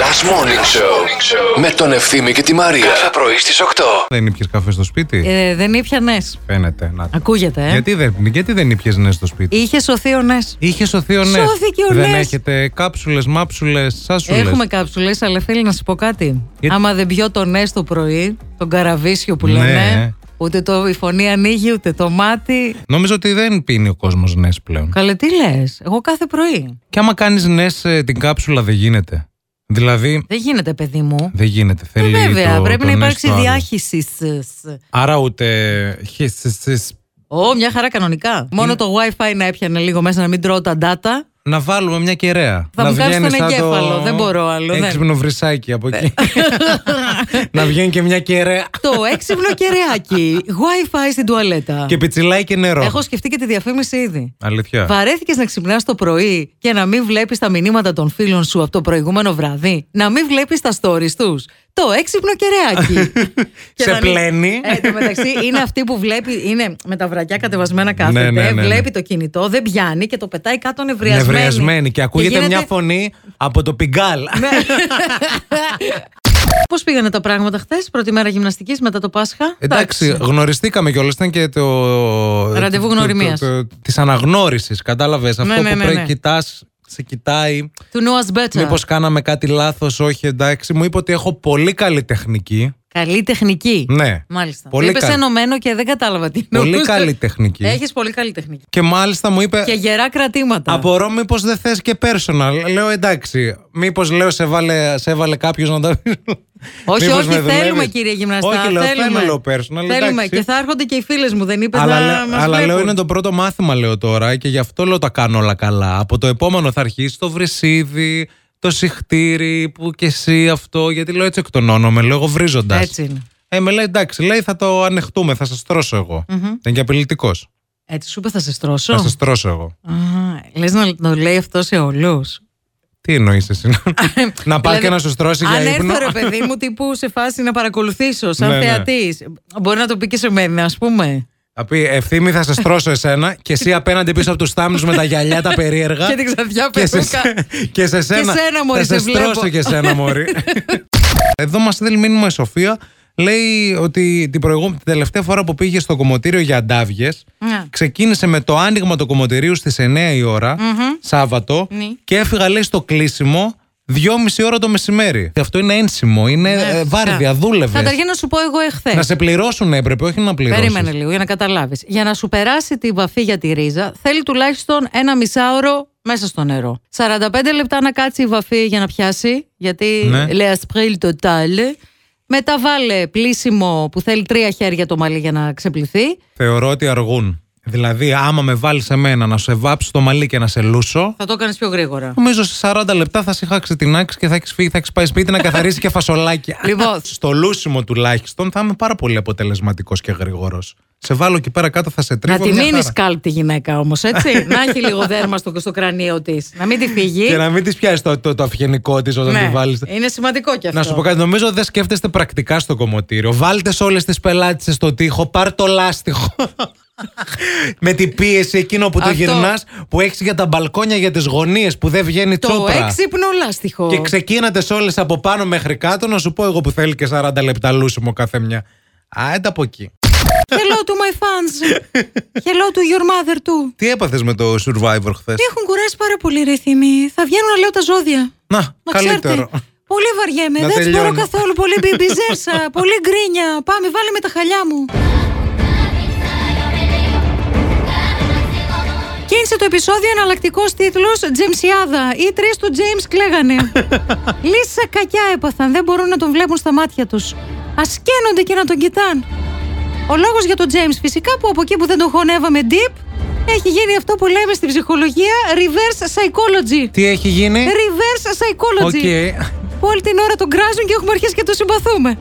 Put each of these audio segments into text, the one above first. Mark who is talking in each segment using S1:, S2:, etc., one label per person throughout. S1: Last Morning Show με τον Ευθύμη και τη Μαρία. Κάθε πρωί στις 8.
S2: Δεν ήπιες καφέ στο σπίτι.
S3: Ε, δεν ήπια νες.
S2: Φαίνεται. Να. το.
S3: Ακούγεται, ε.
S2: Γιατί δεν, γιατί δεν ήπιες ναι στο σπίτι.
S3: Είχε σωθεί ο νες.
S2: Είχε σωθεί ο ναι.
S3: Σώθηκε ο
S2: Δεν
S3: νες.
S2: έχετε κάψουλες, μάψουλες, σάσουλες.
S3: Έχουμε κάψουλες, αλλά θέλει να σου πω κάτι.
S2: Γιατί-
S3: Άμα δεν πιω το νες το πρωί, τον καραβίσιο που
S2: Ναι.
S3: λένε, ούτε το, η φωνή ανοίγει, ούτε το μάτι.
S2: Νομίζω ότι δεν πίνει ο κόσμος νες πλέον.
S3: Καλέ, τι λες. Εγώ κάθε πρωί.
S2: Και άμα κάνεις νες την κάψουλα δεν γίνεται. Δηλαδή
S3: Δεν γίνεται, παιδί μου.
S2: δεν γίνεται.
S3: Ε,
S2: Θέλει
S3: βέβαια,
S2: το,
S3: πρέπει
S2: το
S3: να
S2: νες
S3: υπάρξει
S2: το άλλο.
S3: διάχυσης. σ- σ.
S2: Άρα ούτε. χις, χις, χις.
S3: Ω, μια χαρά κανονικά. Μόνο το WiFi να έπιανε λίγο μέσα να μην τρώω τα data.
S2: Να βάλουμε μια κεραία.
S3: Θα
S2: να
S3: μου κάψει τον
S2: βγαίνει σαν
S3: εγκέφαλο,
S2: Το...
S3: δεν μπορώ άλλο, ναι. δεν.
S2: Έξυπνο βρυσάκι από εκεί. να βγαίνει και μια κεραία.
S3: το έξυπνο κεραιάκι. WiFi στην τουαλέτα.
S2: Και πιτσιλάει και νερό.
S3: Έχω σκεφτεί και τη διαφήμιση ήδη.
S2: Αλήθεια.
S3: Βαρέθηκες να ξυπνάς το πρωί και να μην βλέπεις τα μηνύματα των φίλων σου από το προηγούμενο βραδύ. Να μην βλέπεις τα stories τους. Το έξυπνο κεραιάκι. Και
S2: Σε
S3: να μην-
S2: πλένει.
S3: Ε, εν τω μεταξύ είναι αυτή που βλέπει, είναι με τα βρακιά κατεβασμένα κάθεται,
S2: Ναι, ναι, ναι, ναι.
S3: βλέπει το κινητό, δεν πιάνει και το πετάει κάτω νευριασμένη.
S2: Νευριασμένη. Και ακούγεται
S3: γίνεται- Ναι,
S2: μια φωνή από το πιγκάλ.
S3: Πώς πήγανε τα πράγματα χθες, πρώτη μέρα γυμναστικής μετά το Πάσχα.
S2: Ε, Εντάξει, γνωριστήκαμε κιόλας. Ήταν και το.
S3: Ραντεβού
S2: το- το-
S3: γνωριμίας.
S2: το- Της αναγνώρισης, κατάλαβες. Αυτό
S3: Ναι, ναι,
S2: που
S3: ναι,
S2: πρέπει
S3: ναι.
S2: κοιτάς, σε κοιτάει.
S3: Του Noah's Better.
S2: Μήπως κάναμε κάτι λάθος, όχι εντάξει. Μου είπε ότι έχω πολύ καλή τεχνική.
S3: Καλή τεχνική.
S2: Ναι.
S3: Μάλιστα.
S2: Πολύ
S3: Πολύ Είπες
S2: καλή.
S3: ενωμένο και δεν κατάλαβα τι
S2: Πολύ
S3: εννοούσε.
S2: καλή τεχνική.
S3: Έχεις πολύ καλή τεχνική.
S2: Και μάλιστα μου είπε.
S3: Και γερά κρατήματα.
S2: Απορώ μήπως δεν θες και personal. Λέω εντάξει. Μήπως λέω σε βάλε, σε έβαλε κάποιος να τα πει.
S3: Όχι, όχι, θέλουμε κύριε γυμναστά.
S2: Όχι, λέω,
S3: θέλουμε.
S2: θέλω λέω personal.
S3: Θέλουμε.
S2: εντάξει.
S3: Και θα έρχονται και οι φίλες μου, δεν είπες
S2: Αλλά,
S3: να
S2: λέ-
S3: μας
S2: αλλά λέω
S3: βλέπουν.
S2: είναι το πρώτο μάθημα λέω τώρα και γι' αυτό λέω τα κάνω όλα καλά. Από το επόμενο θα αρχίσει το βρυσίδι, το συχτήρι, που και εσύ αυτό. Γιατί λέω έτσι εκτονώνομαι, λέω εγώ βρίζοντας.
S3: Έτσι είναι.
S2: Ε, με λέει εντάξει, λέει θα το ανεχτούμε, θα σας τρώσω εγώ. Ήταν και απειλητικός.
S3: Έτσι σου είπε, θα σε στρώσω.
S2: Θα σας τρώσω εγώ.
S3: Α, λες να το λέει αυτό σε όλους.
S2: Τι εννοείς εσύ. να πάει και να σου στρώσει για
S3: δηλαδή, Αν
S2: ύπνο.
S3: έρθω ρε παιδί μου τύπου σε φάση να παρακολουθήσω σαν
S2: Ναι, ναι.
S3: θεατής Μπορεί να το πει και σε μένα ας πούμε
S2: Θα πει ευθύμη θα σε στρώσω εσένα και εσύ απέναντι πίσω από τους θάμνους με τα γυαλιά τα περίεργα.
S3: Και την ξαδιά
S2: και σε,
S3: περούκα
S2: και σε σένα.
S3: σένα,
S2: θα
S3: μωρή,
S2: σε
S3: σε βλέπω.
S2: στρώσω και σένα, Μωρή. Εδώ μας στέλνει μήνυμα η Σοφία. Λέει ότι την, προηγούμενη, την τελευταία φορά που πήγε στο κομμωτήριο για αντάβιε,
S3: Ναι.
S2: ξεκίνησε με το άνοιγμα του κομμωτήριου στις 9 η ώρα, Σάββατο,
S3: Ναι.
S2: και έφυγα λέει στο κλείσιμο 2,5 ώρα το μεσημέρι. Και αυτό είναι ένσημο, είναι
S3: Ναι,
S2: ε,
S3: φυσικά.
S2: βάρδια, δούλευες.
S3: Καταρχήν να σου πω εγώ εχθές.
S2: Να σε πληρώσουν ναι, έπρεπε, όχι να πληρώσουν.
S3: Ναι. Περίμενε λίγο για να καταλάβεις. Για να σου περάσει τη βαφή για τη ρίζα, θέλει τουλάχιστον ένα μισάωρο μέσα στο νερό. 45 λεπτά να κάτσει η βαφή για να πιάσει, γιατί
S2: Ναι.
S3: λέει ασπρίλ το τάλι. Μετά βάλε πλήσιμο που θέλει τρία χέρια το μαλλί για να ξεπληθεί.
S2: Θεωρώ ότι αργούν. Δηλαδή, άμα με βάλεις εμένα να σε βάψει το μαλλί και να σε λούσω,
S3: Θα το έκανες πιο γρήγορα.
S2: Νομίζω σε 40 λεπτά θα σε είχα ξετινάξει και θα έχεις φύγει, θα έχεις πάει σπίτι να καθαρίσει και φασολάκια.
S3: Λοιπόν.
S2: Στο λούσιμο τουλάχιστον θα είμαι πάρα πολύ αποτελεσματικός και γρήγορος. Σε βάλω εκεί πέρα κάτω, θα σε τρίβω.
S3: Να τη
S2: μια
S3: μείνει
S2: χαρά.
S3: κάλπτη γυναίκα όμως, έτσι. να έχει λίγο δέρμα στο, στο κρανίο της. Να μην τη φύγει.
S2: Και να μην της πιάσει το, το, το αυγενικό της όταν τη
S3: Ναι.
S2: βάλεις.
S3: Είναι σημαντικό κι αυτό.
S2: Να σου πω κάτι, νομίζω δεν σκέφτεστε πρακτικά στο κομμωτήριο. Βάλτε σε όλες τις πελάτησες στο τοίχο, πάρ το λάστιχο. Με την πίεση εκείνο που το
S3: Αυτό.
S2: γυρνάς, που έχεις για τα μπαλκόνια, για τις γωνίες που δεν βγαίνει
S3: το
S2: τσόπρα.
S3: έξυπνο λάστιχο.
S2: Και ξεκίνατε σε όλες από πάνω μέχρι κάτω να σου πω εγώ που θέλει και 40 λεπτά λούσιμο κάθε μια. Α, έντα από εκεί.
S3: Hello to my fans. Hello to your mother too.
S2: Τι έπαθες με το survivor χθες.
S3: Με έχουν κουράσει πάρα πολύ ρε Θήμη. Θα βγαίνουν να λέω τα ζώδια.
S2: Να,
S3: Να
S2: καλύτερο.
S3: ξέρετε. Πολύ βαριέμαι.
S2: Να
S3: Δεν τις μπορώ
S2: τελειώνω.
S3: καθόλου. Πολύ μπιμπιζέρσα. πολύ γκρίνια. Πάμε, βάλε με τα χαλιά μου. Κίνησε το επεισόδιο εναλλακτικός τίτλος Τζεμσιάδα. Οι τρεις του Τζέιμ κλαίγανε. Λύσα κακιά έπαθαν. Δεν μπορούν να τον βλέπουν στα μάτια τους. Ασκαίνονται και να τον κοιτάν. Ο λόγος για τον Τζέιμ φυσικά που από εκεί που δεν τον χωνεύαμε deep έχει γίνει αυτό που λέμε στην ψυχολογία reverse psychology.
S2: Τι έχει γίνει.
S3: Ε, Reverse
S2: Οκ.
S3: psychology. Που όλη την ώρα τον κράζουν και έχουμε αρχίσει και τον συμπαθούμε.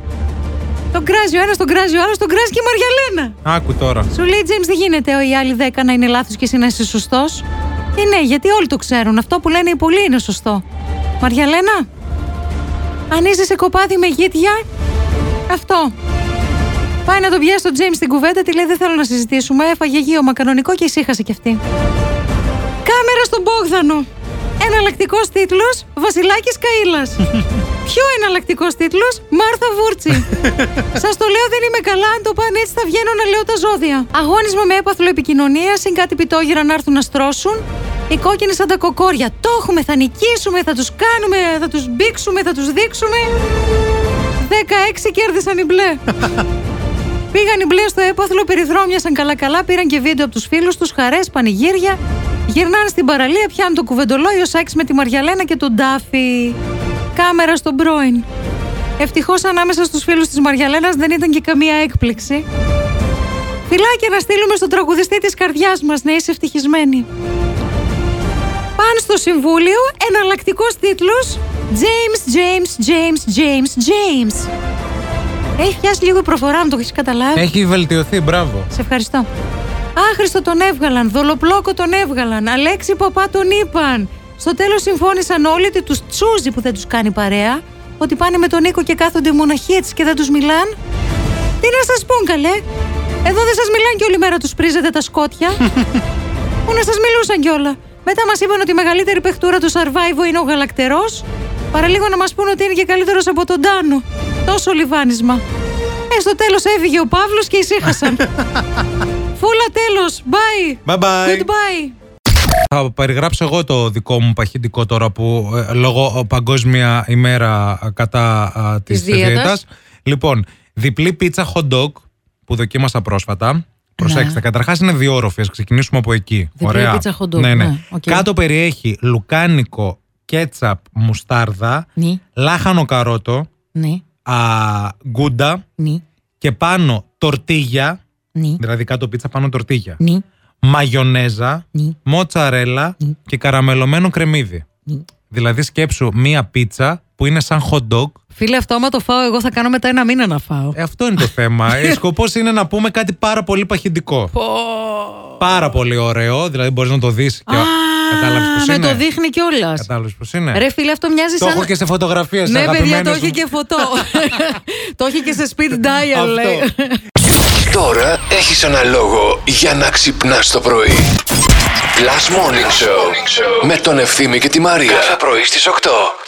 S3: Τον κράζει ο ένας, τον κράζει ο άλλος, τον κράζει και η Μαριαλένα.
S2: Άκου τώρα.
S3: Σου λέει James, δεν γίνεται ο, οι άλλοι δέκα να είναι λάθος και εσύ να είσαι σωστός. Και ναι, γιατί όλοι το ξέρουν. Αυτό που λένε οι πολλοί είναι σωστό. Μαριαλένα, αν είσαι σε κοπάδι με γύτια, αυτό. Πάει να τον πιάσει τον James στην κουβέντα, τη λέει: Δεν θέλω να συζητήσουμε. Έφαγε γύρω κανονικό και ησύχασε κι αυτή. Κάμερα στον Μπόγδανο. Εναλλακτικός τίτλος Βασιλάκης Καήλα. Πιο εναλλακτικός τίτλος Μάρθα Βούρτσι. Σας το λέω, δεν είμαι καλά. Αν το πάνε έτσι, θα βγαίνω να λέω τα ζώδια. Αγώνισμα με έπαθλο επικοινωνία, συν κάτι πιτόγυρα να έρθουν να στρώσουν. Οι κόκκινοι σαν τα κοκόρια. Το έχουμε, θα νικήσουμε, θα τους κάνουμε, θα τους μπήξουμε, θα τους δείξουμε. 16 κέρδισαν οι μπλε. Πήγαν οι μπλε στο έπαθλο, περιθρώμιασαν καλά-καλά, πήραν και βίντεο από τους φίλους τους, χαρές, πανηγύρια. Γυρνάνε στην παραλία, πιάνουν το κουβεντολόι, ο Σάκης με τη Μαριαλένα και τον Τάφι. Κάμερα στον πρώην. Ευτυχώς ανάμεσα στους φίλους της Μαριαλένας δεν ήταν και καμία έκπληξη. Φιλάκια να στείλουμε στον τραγουδιστή της καρδιάς μας, να είσαι ευτυχισμένη. Πάνε στο συμβούλιο, εναλλακτικός τίτλος James, James, James, James, James. Έχει πιάσει λίγο η προφορά, αν το έχεις καταλάβει.
S2: Έχει βελτιωθεί, μπράβο.
S3: Σε ευχαριστώ. Άχρηστο τον έβγαλαν, δολοπλόκο τον έβγαλαν, Αλέξη Παπά τον είπαν. Στο τέλος συμφώνησαν όλοι ότι τους τσούζει που δεν τους κάνει παρέα, ότι πάνε με τον Νίκο και κάθονται οι μοναχοί έτσι και δεν τους μιλάν. Τι να σας πούν καλέ, εδώ δεν σας μιλάνε και όλη μέρα τους πρίζετε τα σκότια. Πού να σας μιλούσαν κιόλα. Μετά μας είπαν ότι η μεγαλύτερη παιχτούρα του Survivor είναι ο Γαλακτερός, παραλίγο να μας πούν ότι είναι και καλύτερος από τον Τάνο. Τόσο λιβάνισμα. Ε, στο τέλος έφυγε ο Παύλος και ησύχασαν. Φούλα τέλος, bye.
S2: Bye bye.
S3: Goodbye.
S2: Θα περιγράψω εγώ το δικό μου παχυντικό τώρα που ε, λόγω ε, παγκόσμια ημέρα ε, κατά ε, της
S3: Της δίαιτας.
S2: δίαιτας. Λοιπόν, διπλή πίτσα hot dog που δοκίμασα πρόσφατα. Προσέξτε, καταρχάς είναι διόροφη, ας ξεκινήσουμε από εκεί.
S3: Ναι. Διπλή
S2: Ωραία.
S3: πίτσα hot dog,
S2: Ναι, ναι.
S3: ναι, οκ.
S2: Κάτω περιέχει λουκάνικο, κέτσαπ, μουστάρδα,
S3: Ναι,
S2: λάχανο καρότο,
S3: ναι,
S2: α, γκούντα
S3: ναι,
S2: και πάνω τορτίγια,
S3: ναι,
S2: δηλαδή κάτω πίτσα πάνω τορτίγια,
S3: ναι,
S2: μαγιονέζα,
S3: ναι.
S2: μοτσαρέλα
S3: Μμ.
S2: και καραμελωμένο κρεμμύδι.
S3: Μμ.
S2: Δηλαδή σκέψου μία πίτσα που είναι σαν hot dog.
S3: Φίλε, αυτό άμα το φάω, εγώ θα κάνω μετά ένα μήνα να φάω.
S2: Ε, αυτό είναι το θέμα. ε, σκοπός είναι να πούμε κάτι πάρα πολύ παχυντικό. Πάρα πολύ ωραίο, δηλαδή μπορείς να το δεις και...
S3: Α,
S2: Κατάλαβες πώς
S3: με
S2: είναι.
S3: το δείχνει κιόλας.
S2: Κατάλαβες πώς είναι.
S3: Ρε φίλε, αυτό μοιάζει
S2: το
S3: σαν.
S2: έχω και σε φωτογραφίες,
S3: ναι, παιδιά, το
S2: αγαπημένες
S3: έχει
S2: μου.
S3: και φωτό. το έχει και σε speed dial, λέει.
S2: Αυτό.
S1: Τώρα έχεις ένα λόγο για να ξυπνάς το πρωί. Last Morning Show με τον Ευθύμη και τη Μαρία. Κάθε πρωί στις 8.